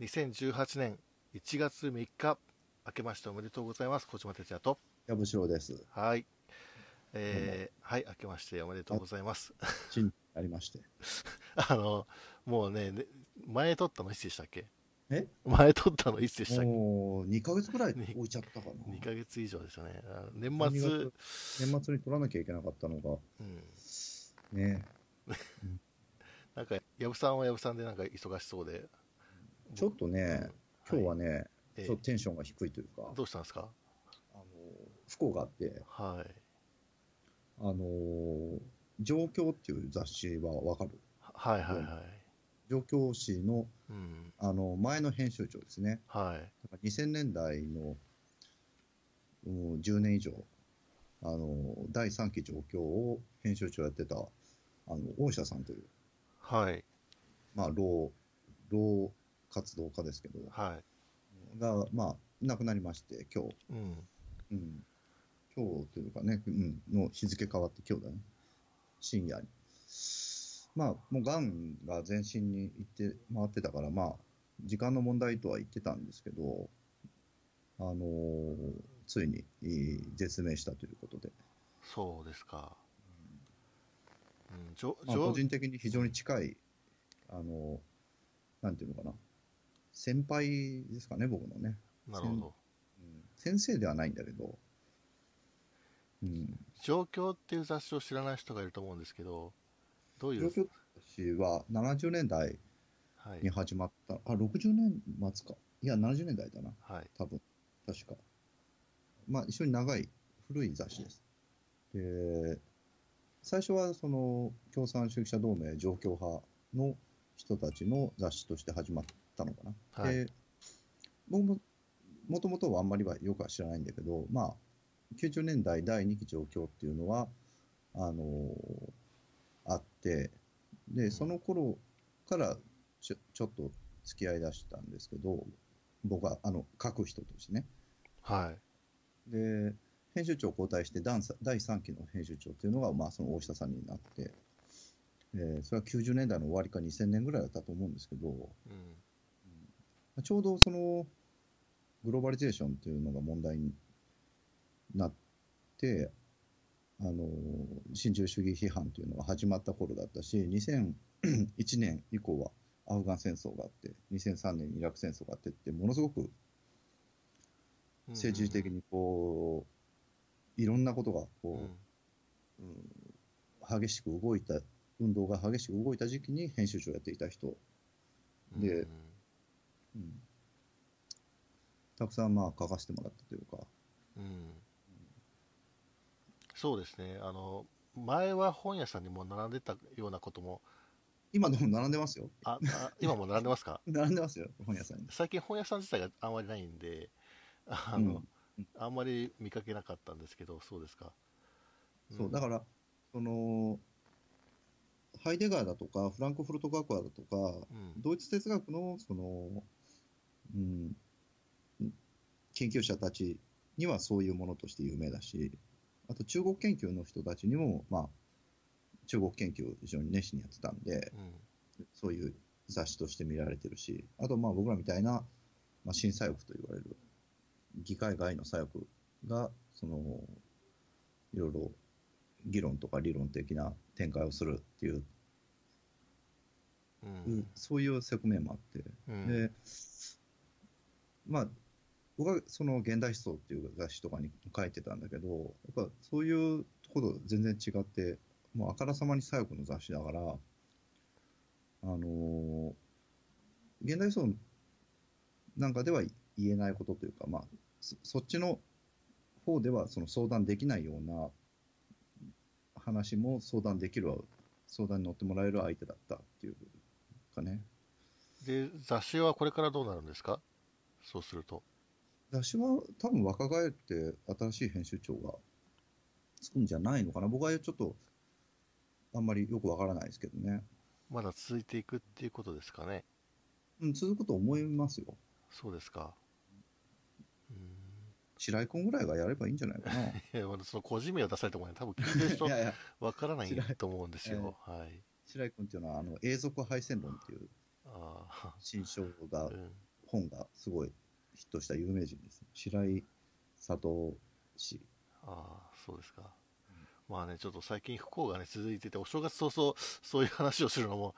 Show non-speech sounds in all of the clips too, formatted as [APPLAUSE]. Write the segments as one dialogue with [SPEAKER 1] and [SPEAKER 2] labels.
[SPEAKER 1] 2018年1月3日、明けましておめでとうございます。小島哲也と。
[SPEAKER 2] 矢部郎です。
[SPEAKER 1] はい。えーはい、明けましておめでとうございます。 [LAUGHS]
[SPEAKER 2] 新ありまして。
[SPEAKER 1] あの、もうね、ね前撮ったのいつでしたっけ
[SPEAKER 2] え
[SPEAKER 1] 前撮ったのいつでしたっけ
[SPEAKER 2] もう2ヶ月ぐらい置いちゃったかな。
[SPEAKER 1] ?2 ヶ月以上ですよね。あの
[SPEAKER 2] 12
[SPEAKER 1] 年末、
[SPEAKER 2] 月年末に取らなきゃいけなかったのが、
[SPEAKER 1] うん。
[SPEAKER 2] ね、
[SPEAKER 1] なんか、矢部さんは矢部さんでなんか忙しそうで。
[SPEAKER 2] ちょっとね、今日はね、
[SPEAKER 1] ええ
[SPEAKER 2] ちょっとテンションが低いというか、
[SPEAKER 1] どうしたんですか
[SPEAKER 2] あの不幸があって、
[SPEAKER 1] はい。
[SPEAKER 2] あのー、状況っていう雑誌はわかる。
[SPEAKER 1] はいはいはい。
[SPEAKER 2] 状況誌の、
[SPEAKER 1] うん。
[SPEAKER 2] あの、前の編集長ですね。
[SPEAKER 1] はい。
[SPEAKER 2] だから2000年代の、もう10年以上、あの、第3期状況を編集長やってた、あの、大下さんという、
[SPEAKER 1] はい。
[SPEAKER 2] まあ、老、老活動家ですけど、
[SPEAKER 1] は
[SPEAKER 2] が、まあ、亡くなりまして、今日、
[SPEAKER 1] い。うん。
[SPEAKER 2] うん、今日というかね、うん、の日付変わって今日だね、深夜に。まあ、もうがんが全身に行って回ってたから、まあ、時間の問題とは言ってたんですけど、あのーついに、えー絶命したということで、
[SPEAKER 1] そうですか。うん、じょ
[SPEAKER 2] まあ、
[SPEAKER 1] じょ
[SPEAKER 2] 個人的に非常に近い、あのーなんていうのかな、先輩ですかね、僕のね。
[SPEAKER 1] なるほど。
[SPEAKER 2] うん先生ではないんだけど、うん、
[SPEAKER 1] 状況っていう雑誌を知らない人がいると思うんですけど、どうい
[SPEAKER 2] 状
[SPEAKER 1] う、
[SPEAKER 2] 況誌は70年代
[SPEAKER 1] はい
[SPEAKER 2] に、始まった、あ、60年末か。いや、70年代だな、
[SPEAKER 1] はい、
[SPEAKER 2] 多分。確か。まあ、一緒に長い、古い雑誌です。で、最初はその、共産主義者同盟上京派の人たちの雑誌として始まったのかな。
[SPEAKER 1] はい
[SPEAKER 2] で、僕も、もともとはあんまりはよくは知らないんだけど、まあ、90年代第2期上京っていうのは、あのーあって、で、その頃からちょちょっと付き合いだしたんですけど、僕はあの書く人としてね。
[SPEAKER 1] はい、
[SPEAKER 2] で、編集長交代して第三第3期の編集長っていうのが、まあ、その大下さんになって、えーそれは90年代の終わりか2000年ぐらいだったと思うんですけど、
[SPEAKER 1] うん、
[SPEAKER 2] ちょうどそのグローバリゼーションというのが問題になって、あの新自由主義批判というのが始まった頃だったし、2001年以降はアフガン戦争があって、2003年にイラク戦争があってって、ものすごく政治的にこう、いろんなことが
[SPEAKER 1] うん、
[SPEAKER 2] こう、うん激しく動いた、運動が激しく動いた時期に編集長をやっていた人
[SPEAKER 1] うん
[SPEAKER 2] で
[SPEAKER 1] うん
[SPEAKER 2] うんたくさんまあ書かせてもらったというか、
[SPEAKER 1] うんそうですね、あの、前は本屋さんにも並んでたようなことも、
[SPEAKER 2] 今でも並んでますよ。
[SPEAKER 1] あ
[SPEAKER 2] [LAUGHS]
[SPEAKER 1] あ今も並んでますか
[SPEAKER 2] 並んでますよ、本屋さんに。
[SPEAKER 1] 最近本屋さん自体があんまりないんで、あ
[SPEAKER 2] う
[SPEAKER 1] の
[SPEAKER 2] ん、うん
[SPEAKER 1] あんまり見かけなかったんですけど、そうですか。
[SPEAKER 2] そう、だ
[SPEAKER 1] か
[SPEAKER 2] から、その、ハイデガーだとか、フランクフルト学話だとか、
[SPEAKER 1] ら、うん、
[SPEAKER 2] ドイツ哲学の、その、うん、研究者たちにはそういうものとして有名だし、あと中国研究の人たちにも、まあ、中国研究を非常に熱心にやってたんで、
[SPEAKER 1] うん、
[SPEAKER 2] そういう雑誌として見られてるし、あとまあ僕らみたいな、まあ、新左翼と言われる、議会外の左翼が、その、いろいろ議論とか理論的な展開をするっていう、
[SPEAKER 1] うん、
[SPEAKER 2] そういう側面もあって、
[SPEAKER 1] うん、
[SPEAKER 2] で、まあ、僕はその現代思想っていう雑誌とかに書いてたんだけど、やっぱそういうところと全然違って、もうあからさまに左翼の雑誌だから、あのー現代思想なんかでは言えないことというか、まあ、そそっちの方ではその相談できないような話も相談できる、相談に乗ってもらえる相手だったっていうかね。
[SPEAKER 1] で、雑誌はこれからどうなるんですかそうすると。
[SPEAKER 2] 雑誌は多分若返って新しい編集長がつくんじゃないのかな。僕はちょっとあんまりよくわからないですけどね。
[SPEAKER 1] まだ続いていくっていうことですかね。
[SPEAKER 2] うん、続くと思いますよ。
[SPEAKER 1] そうですか。う
[SPEAKER 2] 白井君ぐらいがやればいいんじゃないか
[SPEAKER 1] ー
[SPEAKER 2] な。
[SPEAKER 1] ん。いや、まだその個人名を出されてもね、多分聞いてる人
[SPEAKER 2] [LAUGHS] いやいや、
[SPEAKER 1] わからないと思うんですよ。はい。
[SPEAKER 2] 白井君っていうのはあの永続敗戦論っていう
[SPEAKER 1] ああ、
[SPEAKER 2] 新章が
[SPEAKER 1] [LAUGHS] うん。
[SPEAKER 2] 本がすごいヒットした有名人です。白井聡氏。
[SPEAKER 1] ああ、そうですか。まあね、ちょっと最近不幸がね、続いてて、お正月早々、そういう話をするのも、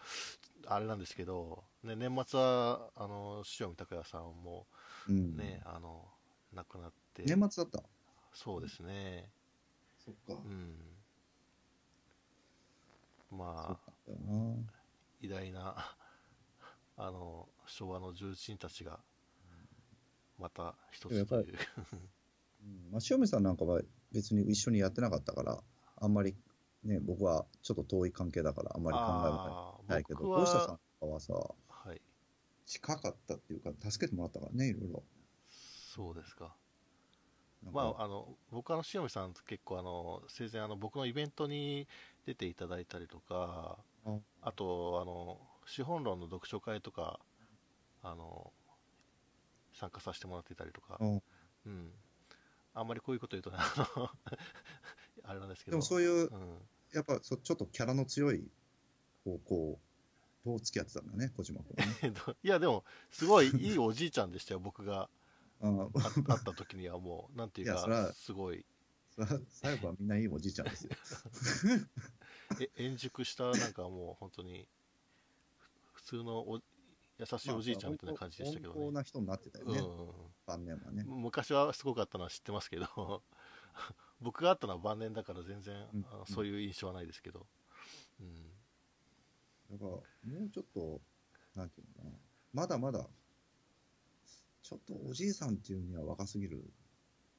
[SPEAKER 1] あれなんですけど、ね、年末は、あの、塩見拓也さんも
[SPEAKER 2] うん。
[SPEAKER 1] ね、あの、亡くなって、
[SPEAKER 2] 年末だった。
[SPEAKER 1] そうですね。
[SPEAKER 2] そっか
[SPEAKER 1] うん、まあ
[SPEAKER 2] だな。
[SPEAKER 1] 偉大なあの昭和の重鎮たちがまた一つと
[SPEAKER 2] やっ
[SPEAKER 1] い
[SPEAKER 2] ぱ
[SPEAKER 1] う
[SPEAKER 2] うんまあ、塩見さんなんかは別に一緒にやってなかったから、あんまり、ね、僕はちょっと遠い関係だから、あんまり考えは
[SPEAKER 1] あ
[SPEAKER 2] な
[SPEAKER 1] あ
[SPEAKER 2] いけど、
[SPEAKER 1] 僕
[SPEAKER 2] 大下さん
[SPEAKER 1] は、
[SPEAKER 2] とかはさ、
[SPEAKER 1] はい、
[SPEAKER 2] 近かったっていうか、助けてもらったからね、いろいろ。
[SPEAKER 1] そうですか
[SPEAKER 2] なんか
[SPEAKER 1] まああの僕あの塩見さんと結構あの生前あの僕のイベントに出ていただいたりとか
[SPEAKER 2] あ
[SPEAKER 1] あとあの資本論の読書会とかあの参加させてもらっていたりとか
[SPEAKER 2] うん
[SPEAKER 1] うん、あんまりこういうこと言うとね、あの [LAUGHS] あれなんですけ
[SPEAKER 2] で
[SPEAKER 1] ど、
[SPEAKER 2] もそういう、
[SPEAKER 1] うん、
[SPEAKER 2] やっぱそちょっとキャラの強い方向と付き合ってたんだよね、小島君はね。
[SPEAKER 1] えっといや、でも、すごいいいおじいちゃんでしたよ、僕が
[SPEAKER 2] うん
[SPEAKER 1] あ会った時にはもう、なんていう
[SPEAKER 2] いやそれ
[SPEAKER 1] か
[SPEAKER 2] は、
[SPEAKER 1] すごい、 [LAUGHS]
[SPEAKER 2] それは最後はみんないいおじいちゃんですよ。
[SPEAKER 1] え円熟した、なんかもう、本当に、ふ普通のお優しいおじいちゃんみたいな感じでしたけど
[SPEAKER 2] 温厚
[SPEAKER 1] ね。
[SPEAKER 2] な人になってたよ
[SPEAKER 1] うん
[SPEAKER 2] ね、晩年はね。
[SPEAKER 1] 昔はすごかったのは知ってますけど、僕が会ったのは晩年だから全然、
[SPEAKER 2] うん
[SPEAKER 1] あのそういう印象はないですけど、うん、
[SPEAKER 2] だから、もうちょっと、なんていうのかな、まだまだ、ちょっとおじいさんっていうには若すぎる、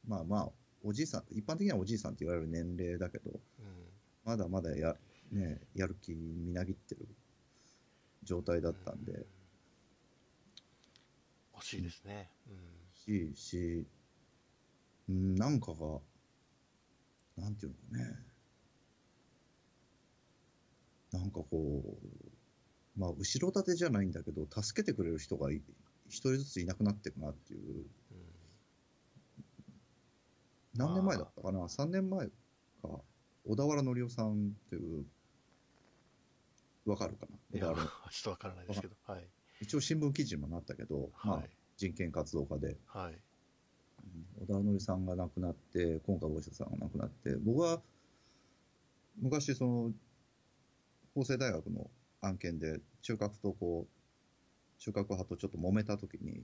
[SPEAKER 2] まあまあ、おじいさん、一般的にはおじいさんって言われる年齢だけど、
[SPEAKER 1] うん、
[SPEAKER 2] まだまだや,、ね、やる気みなぎってる状態だったんで、
[SPEAKER 1] 惜しいですね、うん
[SPEAKER 2] し、し、うん、なんかが、なんていうのかね、なんかこう、まあ、後ろ盾じゃないんだけど、助けてくれる人がい一人ずついなくなっていくなっていう、
[SPEAKER 1] うん
[SPEAKER 2] 何年前だったかな、3年前か、小田原紀夫さんっていう、わかるか
[SPEAKER 1] い
[SPEAKER 2] な、
[SPEAKER 1] や
[SPEAKER 2] 小田
[SPEAKER 1] ちょ
[SPEAKER 2] 原
[SPEAKER 1] っとわからないですけど、はい、
[SPEAKER 2] 一応新聞記事にもなったけど、ま
[SPEAKER 1] は
[SPEAKER 2] あ
[SPEAKER 1] い、、
[SPEAKER 2] 人権活動家で、
[SPEAKER 1] はい、
[SPEAKER 2] 小田則さんが亡くなって、今回、大下さんが亡くなって、僕は昔、その、法政大学の案件で、中核とこう、中核派とちょっと揉めたときに、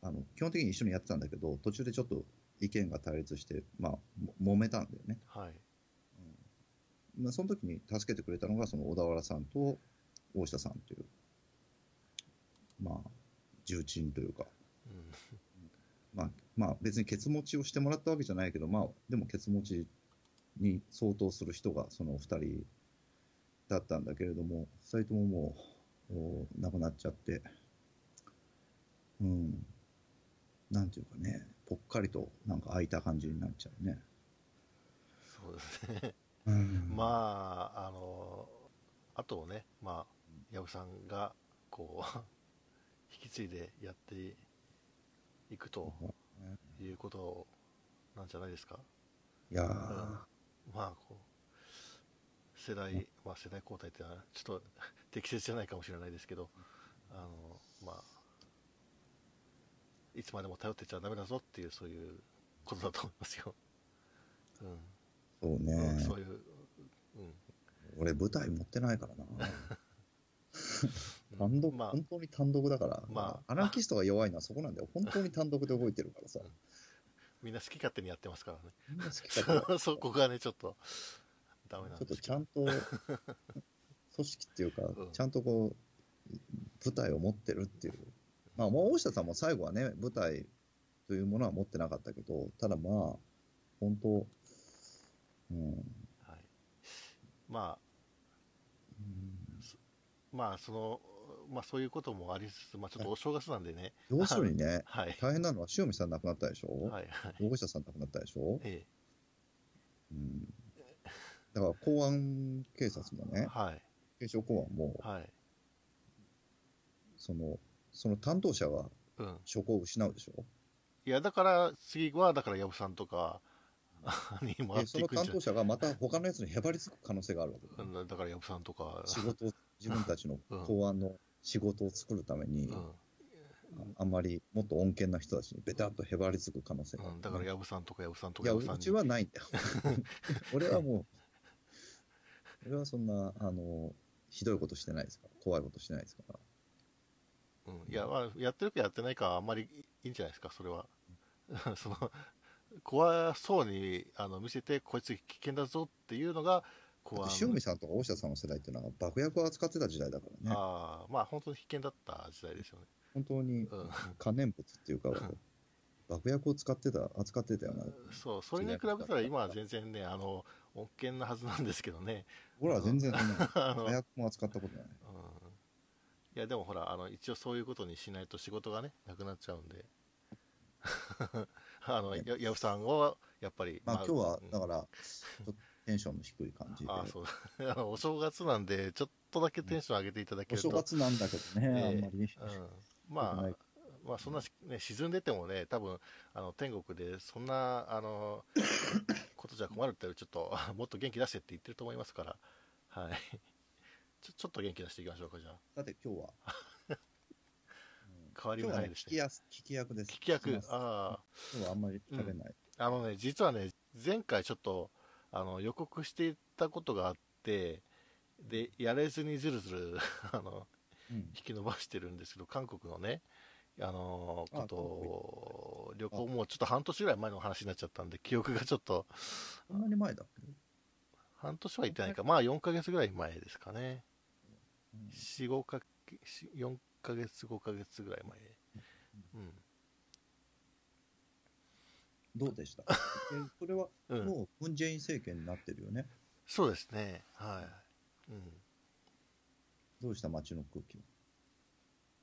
[SPEAKER 2] あの、基本的に一緒にやってたんだけど、途中でちょっと意見が対立して、まあ、も揉めたんだよね。
[SPEAKER 1] はい、
[SPEAKER 2] まあ、その時に助けてくれたのが、その小田原さんと大下さんという、まあ、重鎮というか、
[SPEAKER 1] うん、
[SPEAKER 2] まあ、まあ、別にケツ持ちをしてもらったわけじゃないけど、まあ、でもケツ持ちに相当する人がそのお二人だったんだけれども、二人とももう、お亡くなっちゃって、うん、なんていうかね、ぽっかりとなんか空いた感じになっちゃうね。
[SPEAKER 1] そうですね、
[SPEAKER 2] うん、
[SPEAKER 1] まあ、あの、あとをね、まあ、矢部さんが、こう、 [LAUGHS] 引き継いでやっていくということなんじゃないですか、
[SPEAKER 2] いやー、
[SPEAKER 1] まあ、こう、世代、まあ、世代交代ってのは、ちょっと [LAUGHS] 適切じゃないかもしれないですけど、あの、まあ、いつまでも頼ってちゃダメだぞっていう、そういうことだと思いますよ。うん。
[SPEAKER 2] そうね、
[SPEAKER 1] うんそういう、うん。
[SPEAKER 2] 俺舞台持ってないからな。
[SPEAKER 1] うん
[SPEAKER 2] 単独、
[SPEAKER 1] まあ
[SPEAKER 2] 本、当に単独だから、
[SPEAKER 1] まあ
[SPEAKER 2] アナキストが弱いのはそこなんだよ。本当に単独で動いてるからさ。
[SPEAKER 1] みんな好き勝手にやってますからね。
[SPEAKER 2] みんな好き勝手
[SPEAKER 1] [LAUGHS]
[SPEAKER 2] だ
[SPEAKER 1] そこがね、ちょっと、ダメなん
[SPEAKER 2] ちょっ
[SPEAKER 1] で
[SPEAKER 2] と
[SPEAKER 1] すけ
[SPEAKER 2] ち
[SPEAKER 1] ど。
[SPEAKER 2] ゃんと、組
[SPEAKER 1] [LAUGHS]
[SPEAKER 2] 織っていうか、
[SPEAKER 1] うん
[SPEAKER 2] ちゃんとこう、舞台を持ってるっていう。まあ、もう大下さんも最後はね、舞台というものは持ってなかったけど、ただまあ、本当、うん、うん
[SPEAKER 1] はい、まあ、まあ、その、まあ、そういうこともありつつ、まあ、ちょっとお正月なんでね、
[SPEAKER 2] 要するにね、
[SPEAKER 1] はい。
[SPEAKER 2] 大変なのは塩見さん亡くなったでしょ、
[SPEAKER 1] はい、はい。
[SPEAKER 2] 大下さん亡くなったでしょ、
[SPEAKER 1] え
[SPEAKER 2] うん、だから公安警察も
[SPEAKER 1] え、
[SPEAKER 2] ね、
[SPEAKER 1] はい、
[SPEAKER 2] 警視庁公安も、
[SPEAKER 1] はい、
[SPEAKER 2] その、その担当者が
[SPEAKER 1] うん。
[SPEAKER 2] 職を失うでしょ
[SPEAKER 1] いや、だから、次は、だから、矢部さんとか [LAUGHS] に回
[SPEAKER 2] で
[SPEAKER 1] っ
[SPEAKER 2] そ
[SPEAKER 1] てい
[SPEAKER 2] の
[SPEAKER 1] くん
[SPEAKER 2] 担
[SPEAKER 1] じゃ
[SPEAKER 2] 当者がまた他のやつにへばりつく可能性があるわけだよね、
[SPEAKER 1] うんだから、矢部さんとか、
[SPEAKER 2] 仕事を、自分たちの公安の仕事を作るために、
[SPEAKER 1] うん。
[SPEAKER 2] あんまりもっと穏健な人たちにベタっとへばりつく可能性がある、
[SPEAKER 1] うん、だから、矢部さんとか矢部さんと
[SPEAKER 2] い
[SPEAKER 1] か
[SPEAKER 2] や、
[SPEAKER 1] 矢部さん
[SPEAKER 2] うちはない
[SPEAKER 1] [LAUGHS]
[SPEAKER 2] んだよ。俺はもう、俺はそんな、あの、ひどいことしてないですから、怖いことしてないですから。
[SPEAKER 1] うん、いや、まあ、やってるかやってないかはあんまりいいんじゃないですか、それは。 [LAUGHS] その、怖そうにあの見せて、こいつ危険だぞっていうのが、
[SPEAKER 2] だ
[SPEAKER 1] こ
[SPEAKER 2] っ
[SPEAKER 1] う、
[SPEAKER 2] て
[SPEAKER 1] あの
[SPEAKER 2] 塩見さんとか大下さんの世代っていうのは爆薬を扱ってた時代だからね。
[SPEAKER 1] あーまあ、本当に危険だった時代ですよね。
[SPEAKER 2] 本当に
[SPEAKER 1] うん
[SPEAKER 2] 可燃物っていうか、爆薬を使ってた、扱ってたような。
[SPEAKER 1] そう、それに比べたら今は全然ね、あの、恩恵なはずなんですけどね。
[SPEAKER 2] 俺は全然そんな、
[SPEAKER 1] [LAUGHS] あの、
[SPEAKER 2] 火薬も扱ったことない。
[SPEAKER 1] うんいやでもほらあの一応そういうことにしないと仕事がねなくなっちゃうんで [LAUGHS] あの
[SPEAKER 2] ね
[SPEAKER 1] や矢部さんはやっぱり
[SPEAKER 2] まあ今日は
[SPEAKER 1] う、ん
[SPEAKER 2] だから、ちょっとテンションの低い感じで。
[SPEAKER 1] あそうあ [LAUGHS] のお正月なんでちょっとだけテンション上げていただけ
[SPEAKER 2] お
[SPEAKER 1] ると、
[SPEAKER 2] 正月なんだけどね、あんまり。
[SPEAKER 1] うん、ま
[SPEAKER 2] な
[SPEAKER 1] あ
[SPEAKER 2] い
[SPEAKER 1] まあそんなし、ね、沈んでてもね多分あの天国でそんなあ
[SPEAKER 2] [COUGHS]
[SPEAKER 1] のことじゃ困るってちょっと [LAUGHS] もっと元気出してって言ってると思いますからはいちょちょっと元気出していきましょうかじゃあ
[SPEAKER 2] さて今
[SPEAKER 1] [LAUGHS]
[SPEAKER 2] 日は。
[SPEAKER 1] 変わり
[SPEAKER 2] 今
[SPEAKER 1] も
[SPEAKER 2] 日
[SPEAKER 1] な
[SPEAKER 2] はね
[SPEAKER 1] いで
[SPEAKER 2] 聞
[SPEAKER 1] す
[SPEAKER 2] き
[SPEAKER 1] ね
[SPEAKER 2] やす聞き役です。
[SPEAKER 1] 聞き役
[SPEAKER 2] 聞きます
[SPEAKER 1] ああ
[SPEAKER 2] 今日はあんまり食べない。
[SPEAKER 1] あのね、実はね、前回ちょっとあの予告していたことがあって、で、やれずにずるずる [LAUGHS] あの
[SPEAKER 2] うん
[SPEAKER 1] 引き伸ばしてるんですけど、韓国のね、あの
[SPEAKER 2] あ
[SPEAKER 1] ことを、旅行もうちょっと半年ぐらい前の話になっちゃったんで、記憶がちょっと、
[SPEAKER 2] そんなに前だっけ、
[SPEAKER 1] 半年は行ってないか、まあ4ヶ月ぐらい前ですかね。
[SPEAKER 2] うん
[SPEAKER 1] 4、5か、4ヶ月、5ヶ月ぐらい前。うん。
[SPEAKER 2] どうでした
[SPEAKER 1] [LAUGHS]
[SPEAKER 2] えそれは
[SPEAKER 1] うん
[SPEAKER 2] もうムン・ジェイン政権になってるよね。
[SPEAKER 1] そうですね。はい。うん。
[SPEAKER 2] どうした街の空気は。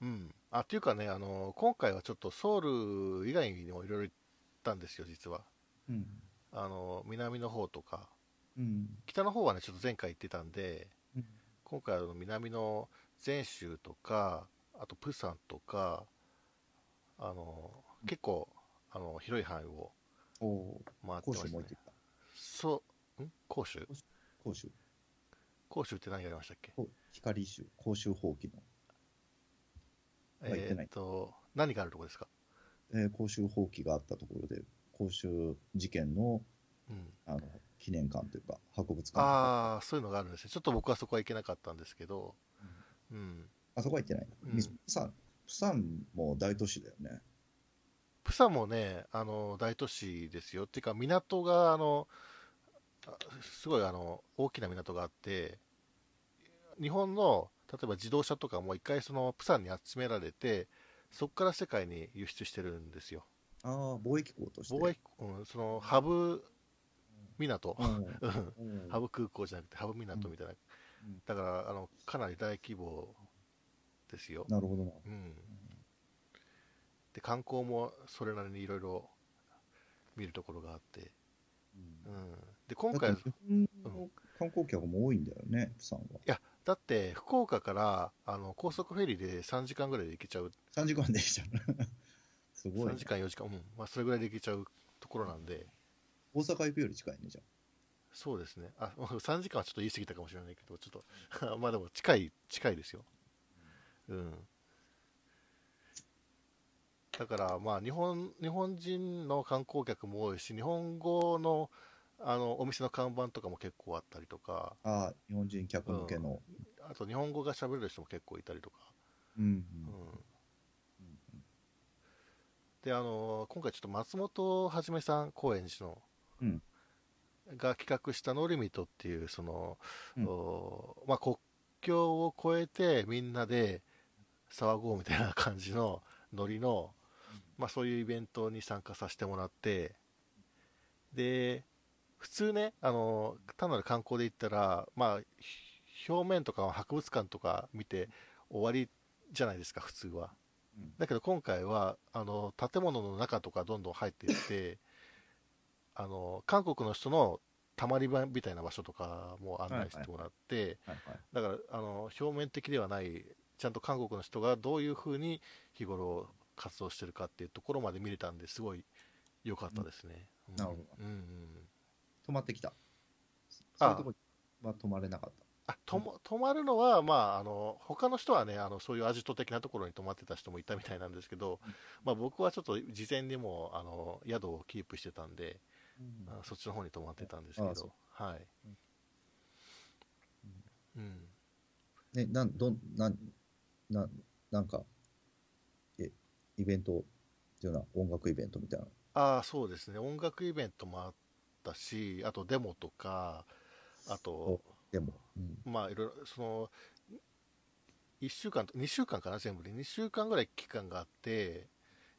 [SPEAKER 1] うん、あっていうかねあの、今回はちょっとソウル以外にもいろいろ行ったんですよ、実は
[SPEAKER 2] うん。
[SPEAKER 1] あの。南の方とか、
[SPEAKER 2] うん。
[SPEAKER 1] 北の方はね、ちょっと前回行ってたんで、
[SPEAKER 2] うん
[SPEAKER 1] 今回はあの南の全州とか、あとプサンとか、あの結構あの広い範囲を
[SPEAKER 2] おお、
[SPEAKER 1] 回って
[SPEAKER 2] 杭
[SPEAKER 1] ま
[SPEAKER 2] 州
[SPEAKER 1] す
[SPEAKER 2] も
[SPEAKER 1] ね
[SPEAKER 2] 置い。てきた。
[SPEAKER 1] そう、ん甲州
[SPEAKER 2] 杭州。
[SPEAKER 1] 甲州って何がありましたっけ
[SPEAKER 2] こ光州、甲州放棄の。まあ行って
[SPEAKER 1] え
[SPEAKER 2] ない
[SPEAKER 1] ーっと、何があるとこですか
[SPEAKER 2] えー、甲州放棄があったところで、甲州事件の
[SPEAKER 1] うん。
[SPEAKER 2] あの記念館というか、博物館あ
[SPEAKER 1] ああ、そういうのがあるんですね。ちょっと僕はそこは行けなかったんですけど、うん。
[SPEAKER 2] あそこは行ってない。
[SPEAKER 1] うん
[SPEAKER 2] プサン、プサンも大都市だよね。
[SPEAKER 1] プサもね、あの大都市ですよ。っていうか、港があのあすごいあの大きな港があって、日本の例えば自動車とかも一回そのプサンに集められて、そこから世界に輸出してるんですよ。
[SPEAKER 2] ああ、貿易港として。
[SPEAKER 1] 貿易、うん、そのハブ港、うん
[SPEAKER 2] うんうん
[SPEAKER 1] ハブ空港じゃなくてハブ港みたいな、
[SPEAKER 2] うん
[SPEAKER 1] だからあのかなり大規模ですよ。
[SPEAKER 2] なるほどな。
[SPEAKER 1] うん、で観光もそれなりにいろいろ見るところがあって、
[SPEAKER 2] うん
[SPEAKER 1] うん、で今
[SPEAKER 2] だ
[SPEAKER 1] 回
[SPEAKER 2] って日本の観光客も多いんだよね、プサンは。
[SPEAKER 1] だって福岡からあの高速フェリーで3時間ぐらいで行けちゃう、
[SPEAKER 2] 3時間できちゃう。 [LAUGHS] すごい、
[SPEAKER 1] 3
[SPEAKER 2] ね
[SPEAKER 1] 時。間4時間、うんまあ、それぐらいで行けちゃうところなんで
[SPEAKER 2] 大阪行くより近いね、じゃ
[SPEAKER 1] そうですねあ [LAUGHS] 3時間はちょっと言い過ぎたかもしれないけどちょっと [LAUGHS] まあでも近い近いですよ、うん、だからまあ日本日本人の観光客も多いし日本語のあのお店の看板とかも結構あったりとか
[SPEAKER 2] あ。ああ、日本人客向けの。
[SPEAKER 1] あと日本語が喋れる人も結構いたりとか、
[SPEAKER 2] うん。
[SPEAKER 1] うん、であの今回ちょっと松本はじめさん高円寺の、
[SPEAKER 2] うん
[SPEAKER 1] が企画した「ノーリミット」っていうその、
[SPEAKER 2] うん
[SPEAKER 1] おまあ、国境を越えてみんなで騒ごうみたいな感じのノリの、まあ、そういうイベントに参加させてもらってで普通ねあの単なる観光で行ったら、まあ、ひ表面とか博物館とか見て終わりじゃないですか普通は。
[SPEAKER 2] うん
[SPEAKER 1] だけど今回はあの建物の中とかどんどん入っていってあの韓国の人のたまり場みたいな場所とかも案内してもらって、
[SPEAKER 2] はいはい。
[SPEAKER 1] だからあの表面的ではないちゃんと韓国の人がどういうふうに日頃活動してるかっていうところまで見れたんですごい良かったですね。うん
[SPEAKER 2] なるほど
[SPEAKER 1] うんうん
[SPEAKER 2] 泊まってきた。
[SPEAKER 1] あ
[SPEAKER 2] そ
[SPEAKER 1] あ
[SPEAKER 2] ういうとこは泊まれなかった。
[SPEAKER 1] あとも泊まるのは、まあ、あの他の人はねあの、そういうアジト的なところに泊まってた人もいたみたいなんですけど、まあ、僕はちょっと事前にもうあの宿をキープしてたんで、あそっちの方に泊まってたんですけ
[SPEAKER 2] あそ
[SPEAKER 1] ど、はい。うん、
[SPEAKER 2] ね、なん、どん、なん、なん、なんか、え、イベントっていうのは音楽イベントみたいな。
[SPEAKER 1] ああ、そうですね、音楽イベントもあったし、あとデモとか、あと、
[SPEAKER 2] でも、うん。
[SPEAKER 1] まあ、いろいろ、その、1週間と、2週間かな、全部で、2週間ぐらい期間があって、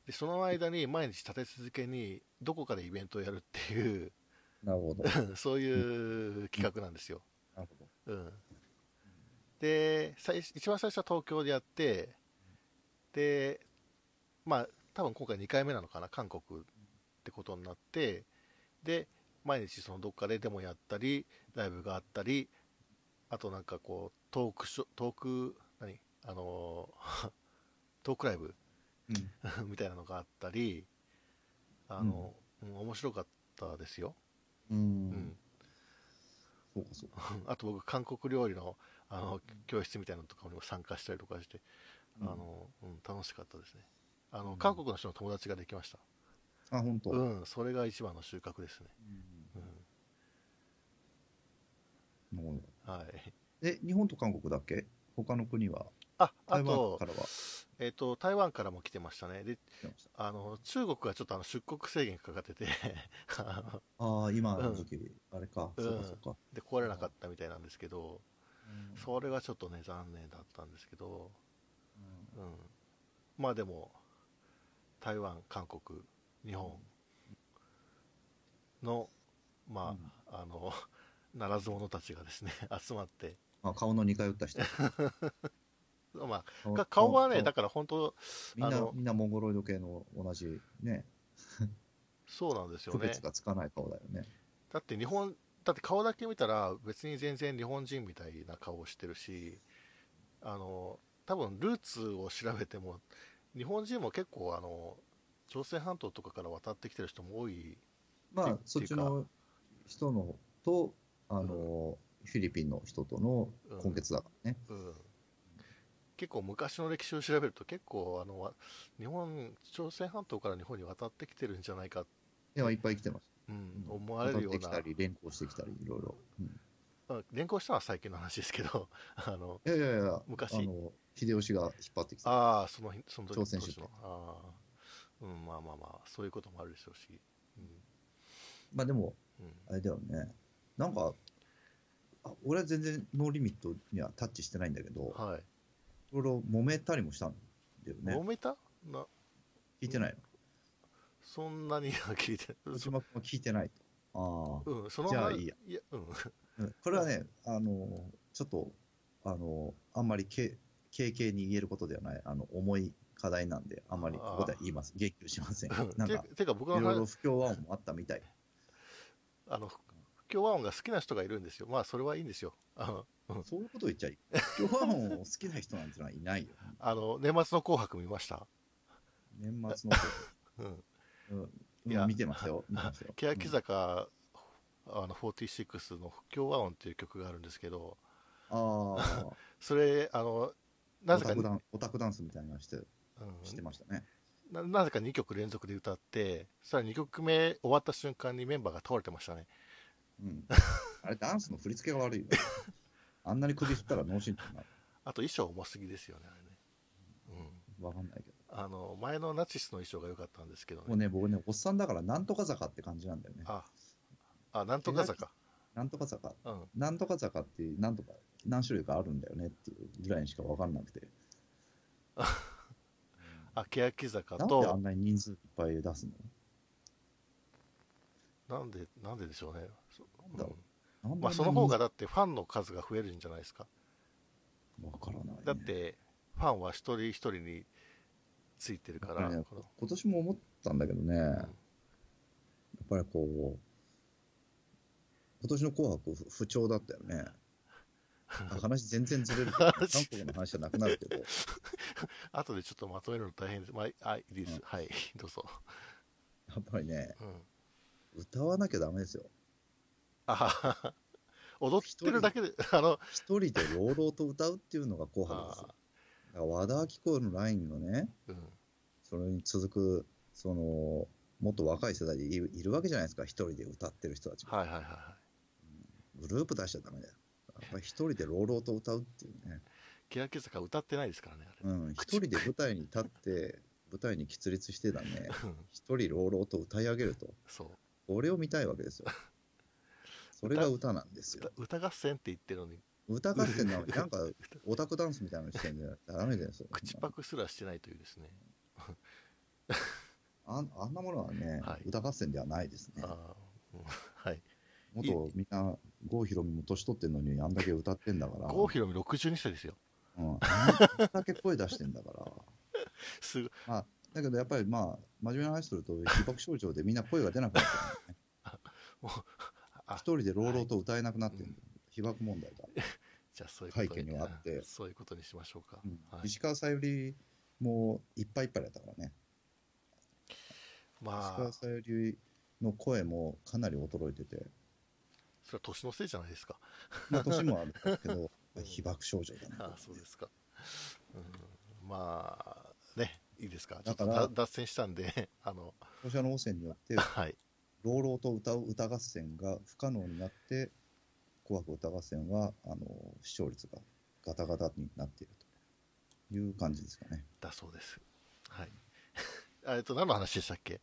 [SPEAKER 1] でその間に毎日立て続けに、どこかでイベントをやるっていう、 [LAUGHS]
[SPEAKER 2] なるほど。
[SPEAKER 1] そういう企画なんですよ。
[SPEAKER 2] なるほど。
[SPEAKER 1] うん、で最初一番最初は東京でやってでまあ多分今回2回目なのかな韓国ってことになってで毎日そのどっかでデモやったりライブがあったりあとなんかこうトークショトーク何あの [LAUGHS] ートークライブ [LAUGHS]
[SPEAKER 2] うん。
[SPEAKER 1] みたいなのがあったりあの、うん面白かったですよ、
[SPEAKER 2] う
[SPEAKER 1] うんん、
[SPEAKER 2] そうか、そうか。
[SPEAKER 1] あと僕、韓国料理のあの教室みたいなのとかにも参加したりとかして、
[SPEAKER 2] うん
[SPEAKER 1] あのうん、楽しかったですねあの、
[SPEAKER 2] うん
[SPEAKER 1] 韓国の人の友達ができました、
[SPEAKER 2] あ、本当。
[SPEAKER 1] う、
[SPEAKER 2] うん
[SPEAKER 1] それが一番の収穫ですね、
[SPEAKER 2] ん
[SPEAKER 1] う
[SPEAKER 2] なるほど
[SPEAKER 1] んはい、
[SPEAKER 2] え、日本と韓国だっけ他の国は
[SPEAKER 1] ああ
[SPEAKER 2] 台湾
[SPEAKER 1] と,、
[SPEAKER 2] からは
[SPEAKER 1] えっと、台湾からも来てましたね、で
[SPEAKER 2] 来てまし
[SPEAKER 1] あの中国はちょっとあの出国制限かかってて [LAUGHS] あの
[SPEAKER 2] たああ、今の時期、あれか。
[SPEAKER 1] うん
[SPEAKER 2] そうか、そうか。
[SPEAKER 1] で、壊れなかったみたいなんですけど、それがちょっとね、残念だったんですけど、
[SPEAKER 2] うん
[SPEAKER 1] うん、まあでも、台湾、韓国、日本の、
[SPEAKER 2] う
[SPEAKER 1] ま
[SPEAKER 2] ん
[SPEAKER 1] あ、あの、 [LAUGHS] ならず者たちがですね、 [LAUGHS] 集まって、
[SPEAKER 2] まあ、顔の2回打った人。
[SPEAKER 1] まあ、か [LAUGHS] 顔はね、だから本当、
[SPEAKER 2] みん
[SPEAKER 1] あ
[SPEAKER 2] な
[SPEAKER 1] の、
[SPEAKER 2] みんなモンゴロイド系の同じね、
[SPEAKER 1] そうなんですよ
[SPEAKER 2] 区
[SPEAKER 1] ね
[SPEAKER 2] 別。がつかない顔だよね。
[SPEAKER 1] だって日本、だって顔だけ見たら、別に全然日本人みたいな顔をしてるし、あの、多分ルーツを調べても、日本人も結構、あの、朝鮮半島とかから渡ってきてる人も多い、
[SPEAKER 2] ま
[SPEAKER 1] っ
[SPEAKER 2] あ
[SPEAKER 1] て、
[SPEAKER 2] そっちの人のと、あの、フィリピンの人との
[SPEAKER 1] うん
[SPEAKER 2] 混血だからね。
[SPEAKER 1] うん、結構昔の歴史を調べると結構あのわ日本朝鮮半島から日本に渡ってきてるんじゃないか、
[SPEAKER 2] いや、いっぱい来てます。
[SPEAKER 1] うん
[SPEAKER 2] うん
[SPEAKER 1] 思わ
[SPEAKER 2] 渡
[SPEAKER 1] れ
[SPEAKER 2] っ
[SPEAKER 1] るよ
[SPEAKER 2] て
[SPEAKER 1] う
[SPEAKER 2] き
[SPEAKER 1] な
[SPEAKER 2] たり、連行してきたり、いろいろ。うん
[SPEAKER 1] あ連行したのは最近の話ですけど [LAUGHS] あの
[SPEAKER 2] いやいやいや、
[SPEAKER 1] 昔
[SPEAKER 2] あの、秀吉が引っ張ってきた。
[SPEAKER 1] ああその日その時
[SPEAKER 2] 朝鮮出
[SPEAKER 1] 当時のああ、うん、まあまあまあそういうこともあるでしょうし、
[SPEAKER 2] まあでも、
[SPEAKER 1] うんうん、
[SPEAKER 2] あれだよね。なんか、あ俺は全然ノーリミットにはタッチしてないんだけど、
[SPEAKER 1] はい
[SPEAKER 2] いろいろ揉めたりもしたんだよね
[SPEAKER 1] 揉。めたな
[SPEAKER 2] 聞いてない
[SPEAKER 1] そんなには聞いて
[SPEAKER 2] の。
[SPEAKER 1] ないそ
[SPEAKER 2] 小島君は聞いてないと。ああ。
[SPEAKER 1] うん、その
[SPEAKER 2] じゃあ
[SPEAKER 1] 話
[SPEAKER 2] いいや
[SPEAKER 1] うん、
[SPEAKER 2] うんこれはね、あの、ちょっと、あの、あんまりけ、軽々に言えることではない、あの、重い課題なんで、あんまりここでは言います。言及しません。なんか、
[SPEAKER 1] ててか僕の
[SPEAKER 2] いろいろ
[SPEAKER 1] 話
[SPEAKER 2] 不協和音もあったみたい。
[SPEAKER 1] あの不協和音が好きな人がいるんですよまあそれはいいんですよあの
[SPEAKER 2] そういうこと言っちゃいい。不協和音を好きな人なんてのはいないよ。
[SPEAKER 1] あの年末の「紅白」見ました、
[SPEAKER 2] 年末のこ
[SPEAKER 1] うん、
[SPEAKER 2] と、うん
[SPEAKER 1] [LAUGHS] い
[SPEAKER 2] うん
[SPEAKER 1] や
[SPEAKER 2] 見てましたよ。見てましたよ。
[SPEAKER 1] [LAUGHS] 欅
[SPEAKER 2] うん
[SPEAKER 1] 坂、あの46の「不協和音」っていう曲があるんですけど
[SPEAKER 2] あ
[SPEAKER 1] それあの [LAUGHS]
[SPEAKER 2] あ、
[SPEAKER 1] な
[SPEAKER 2] オ
[SPEAKER 1] ぜ
[SPEAKER 2] タ
[SPEAKER 1] か、
[SPEAKER 2] ク
[SPEAKER 1] う
[SPEAKER 2] ダンオタクダンスみたいなのして、して
[SPEAKER 1] ん、
[SPEAKER 2] ましたね。
[SPEAKER 1] ななぜか2曲連続で歌ってさらに2曲目終わった瞬間にメンバーが倒れてましたね [LAUGHS]
[SPEAKER 2] うん。あれ、ダンスの振り付けが悪いよ。あんなに首振ったら脳震盪になる。
[SPEAKER 1] あと衣装重すぎですよねあれね、うん、
[SPEAKER 2] わかんないけど。
[SPEAKER 1] あの前のナチスの衣装が良かったんですけど
[SPEAKER 2] も
[SPEAKER 1] ね
[SPEAKER 2] うね、僕ね、おっさんだから、なんとか坂って感じなんだよね。
[SPEAKER 1] ああなんとか坂
[SPEAKER 2] なんとか坂。
[SPEAKER 1] うん
[SPEAKER 2] なんとか坂って、なんとか、何種類かあるんだよねっていうぐらいにしか分かんなくて。
[SPEAKER 1] あ欅坂
[SPEAKER 2] なんであ
[SPEAKER 1] と
[SPEAKER 2] んなに人数いっぱい出すの
[SPEAKER 1] なんでなんででしょうねそ
[SPEAKER 2] なんだろ
[SPEAKER 1] う
[SPEAKER 2] う
[SPEAKER 1] ん
[SPEAKER 2] なんで
[SPEAKER 1] ま
[SPEAKER 2] あんなに
[SPEAKER 1] あ、その方がだってファンの数が増えるんじゃないですか、
[SPEAKER 2] 分からないね、
[SPEAKER 1] だってファンは一人一人についてるから、
[SPEAKER 2] ね
[SPEAKER 1] この
[SPEAKER 2] 今年も思ったんだけどね、やっぱりこう、今年の紅白不、不調だったよね。
[SPEAKER 1] [LAUGHS]
[SPEAKER 2] あ話全然ずれるけど、韓
[SPEAKER 1] 話
[SPEAKER 2] 国の話じゃなくなるけど、
[SPEAKER 1] 後でちょっとまとめるの大変です、まあ、あいいです、
[SPEAKER 2] うん
[SPEAKER 1] はい、 [LAUGHS] どうぞ、
[SPEAKER 2] やっぱりね、
[SPEAKER 1] うん、
[SPEAKER 2] 歌わなきゃダメですよ。
[SPEAKER 1] あはは [LAUGHS] 踊ってるだけで、あの、
[SPEAKER 2] 一人で朗々と歌うっていうのが紅白ですよ
[SPEAKER 1] あ。
[SPEAKER 2] だから和田アキ子のラインのね、
[SPEAKER 1] ーうん、
[SPEAKER 2] それに続く、その、もっと若い世代でいるいるわけじゃないですか、一人で歌ってる人たちも。
[SPEAKER 1] はいはいはいはい。
[SPEAKER 2] グループ出しちゃダメだよ。やっぱり一人で朗々と歌うっていうね。
[SPEAKER 1] 欅坂歌ってないですからね、あれ。
[SPEAKER 2] うん、一人で舞台に立って、舞台に起立してたね、
[SPEAKER 1] うん
[SPEAKER 2] 一人朗々と歌い上げると、
[SPEAKER 1] [LAUGHS] そう
[SPEAKER 2] 俺を見たいわけですよ。それが歌なんですよ
[SPEAKER 1] 歌。。歌合戦って言ってるのに、
[SPEAKER 2] 歌合戦なのに、なんかオタクダンスみたいなのしてんじゃダメですよ。
[SPEAKER 1] 口パクすらしてないというですね。
[SPEAKER 2] あんあんなものはね、
[SPEAKER 1] はい
[SPEAKER 2] 歌合戦ではないですね。
[SPEAKER 1] あーうんはい。
[SPEAKER 2] もっとみんな、郷ひろみも年取ってんのに、あんだけ歌ってんだから、
[SPEAKER 1] 郷ひろみ62歳ですよ。
[SPEAKER 2] うん、あんだけ声出してんだから。
[SPEAKER 1] すごい
[SPEAKER 2] だけどやっぱりまあ、真面目な話すると、被爆症状でみんな声が出なくな
[SPEAKER 1] [LAUGHS]
[SPEAKER 2] ってる、ね
[SPEAKER 1] もうあ、
[SPEAKER 2] 一人で朗々と歌えなくなってる、被爆
[SPEAKER 1] [LAUGHS]
[SPEAKER 2] 問題が。
[SPEAKER 1] じゃあそういうこと
[SPEAKER 2] 背景にはあって
[SPEAKER 1] そういうことにしましょうか。
[SPEAKER 2] うん
[SPEAKER 1] はい、
[SPEAKER 2] 石川さゆりもいっぱいいっぱいだったからね、石
[SPEAKER 1] まあ
[SPEAKER 2] 川、さゆりの声もかなり衰えてて、
[SPEAKER 1] それは年のせいじゃないですか。
[SPEAKER 2] まあ、年もある
[SPEAKER 1] [LAUGHS]
[SPEAKER 2] けど
[SPEAKER 1] うん、
[SPEAKER 2] 被爆症状だ
[SPEAKER 1] あ
[SPEAKER 2] な
[SPEAKER 1] あ、そうですか。うん、まあ、ね、いいですか。ちょ
[SPEAKER 2] だ
[SPEAKER 1] っ
[SPEAKER 2] か
[SPEAKER 1] と
[SPEAKER 2] ら
[SPEAKER 1] だ脱線したんで、あの、
[SPEAKER 2] 放射能汚染によって、
[SPEAKER 1] はい。
[SPEAKER 2] 朗々と歌う歌合戦が不可能になって、紅白歌合戦はあの視聴率がガタガタになっているという感じですかね。
[SPEAKER 1] だそうです。はい。 [LAUGHS] あえっと、何の話でしたっけ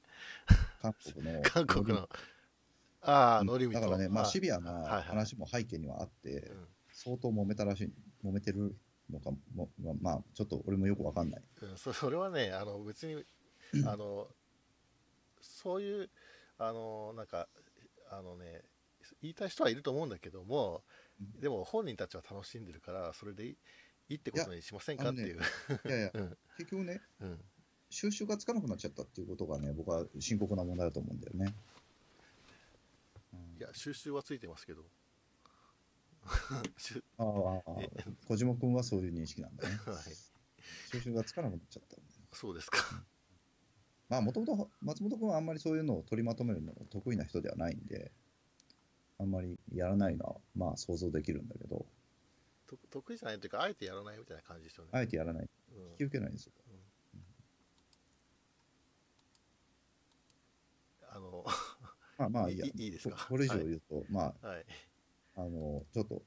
[SPEAKER 2] 韓国
[SPEAKER 1] [LAUGHS]
[SPEAKER 2] の
[SPEAKER 1] 韓国の。ああ、
[SPEAKER 2] うん
[SPEAKER 1] ノリミ
[SPEAKER 2] だ
[SPEAKER 1] と。
[SPEAKER 2] からね、まあ、
[SPEAKER 1] はい
[SPEAKER 2] シビア
[SPEAKER 1] はい
[SPEAKER 2] な
[SPEAKER 1] はい
[SPEAKER 2] 話も背景にはあって
[SPEAKER 1] うん、
[SPEAKER 2] 相当揉めたらしい、揉めてるのかも、ままあ、ちょっと俺もよくわ
[SPEAKER 1] [LAUGHS]
[SPEAKER 2] かんない。
[SPEAKER 1] うん、そそれはね、あの別に、あのそういう、あのなんか、あのね、言いたい人はいると思うんだけども、
[SPEAKER 2] うん
[SPEAKER 1] でも本人たちは楽しんでるから、それでいいいいってことにしませんか
[SPEAKER 2] あ
[SPEAKER 1] っ
[SPEAKER 2] の
[SPEAKER 1] て
[SPEAKER 2] ね
[SPEAKER 1] いう。
[SPEAKER 2] いやいや
[SPEAKER 1] うん、
[SPEAKER 2] 結局ね、
[SPEAKER 1] [LAUGHS] うん、
[SPEAKER 2] 収集がつかなくなっちゃったっていうことがね、僕は深刻な問題だと思うんだよね。うん
[SPEAKER 1] いや、収集はついてますけど。 [LAUGHS] しゅ
[SPEAKER 2] ああああ、
[SPEAKER 1] え
[SPEAKER 2] 小島君はそういう認識なんだね。
[SPEAKER 1] [LAUGHS] はい、
[SPEAKER 2] 収集がつかなくなっちゃった。
[SPEAKER 1] そうですか。
[SPEAKER 2] まあ、もともと松本君はあんまりそういうのを取りまとめるの得意な人ではないんで、あんまりやらないのは、まあ想像できるんだけど、
[SPEAKER 1] と得意じゃないというか、あえてやらないみたいな感じですよね。
[SPEAKER 2] あえてやらない、
[SPEAKER 1] うん
[SPEAKER 2] 引き受けないんですよ。
[SPEAKER 1] あの
[SPEAKER 2] まあまあいいや
[SPEAKER 1] い。いいいですか
[SPEAKER 2] ここれ以上
[SPEAKER 1] はい
[SPEAKER 2] 言うと、まあ、
[SPEAKER 1] はい、
[SPEAKER 2] あの、ちょっと、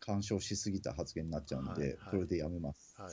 [SPEAKER 2] 干渉しすぎた発言になっちゃうんで、
[SPEAKER 1] はいはい
[SPEAKER 2] これでやめます。
[SPEAKER 1] はい、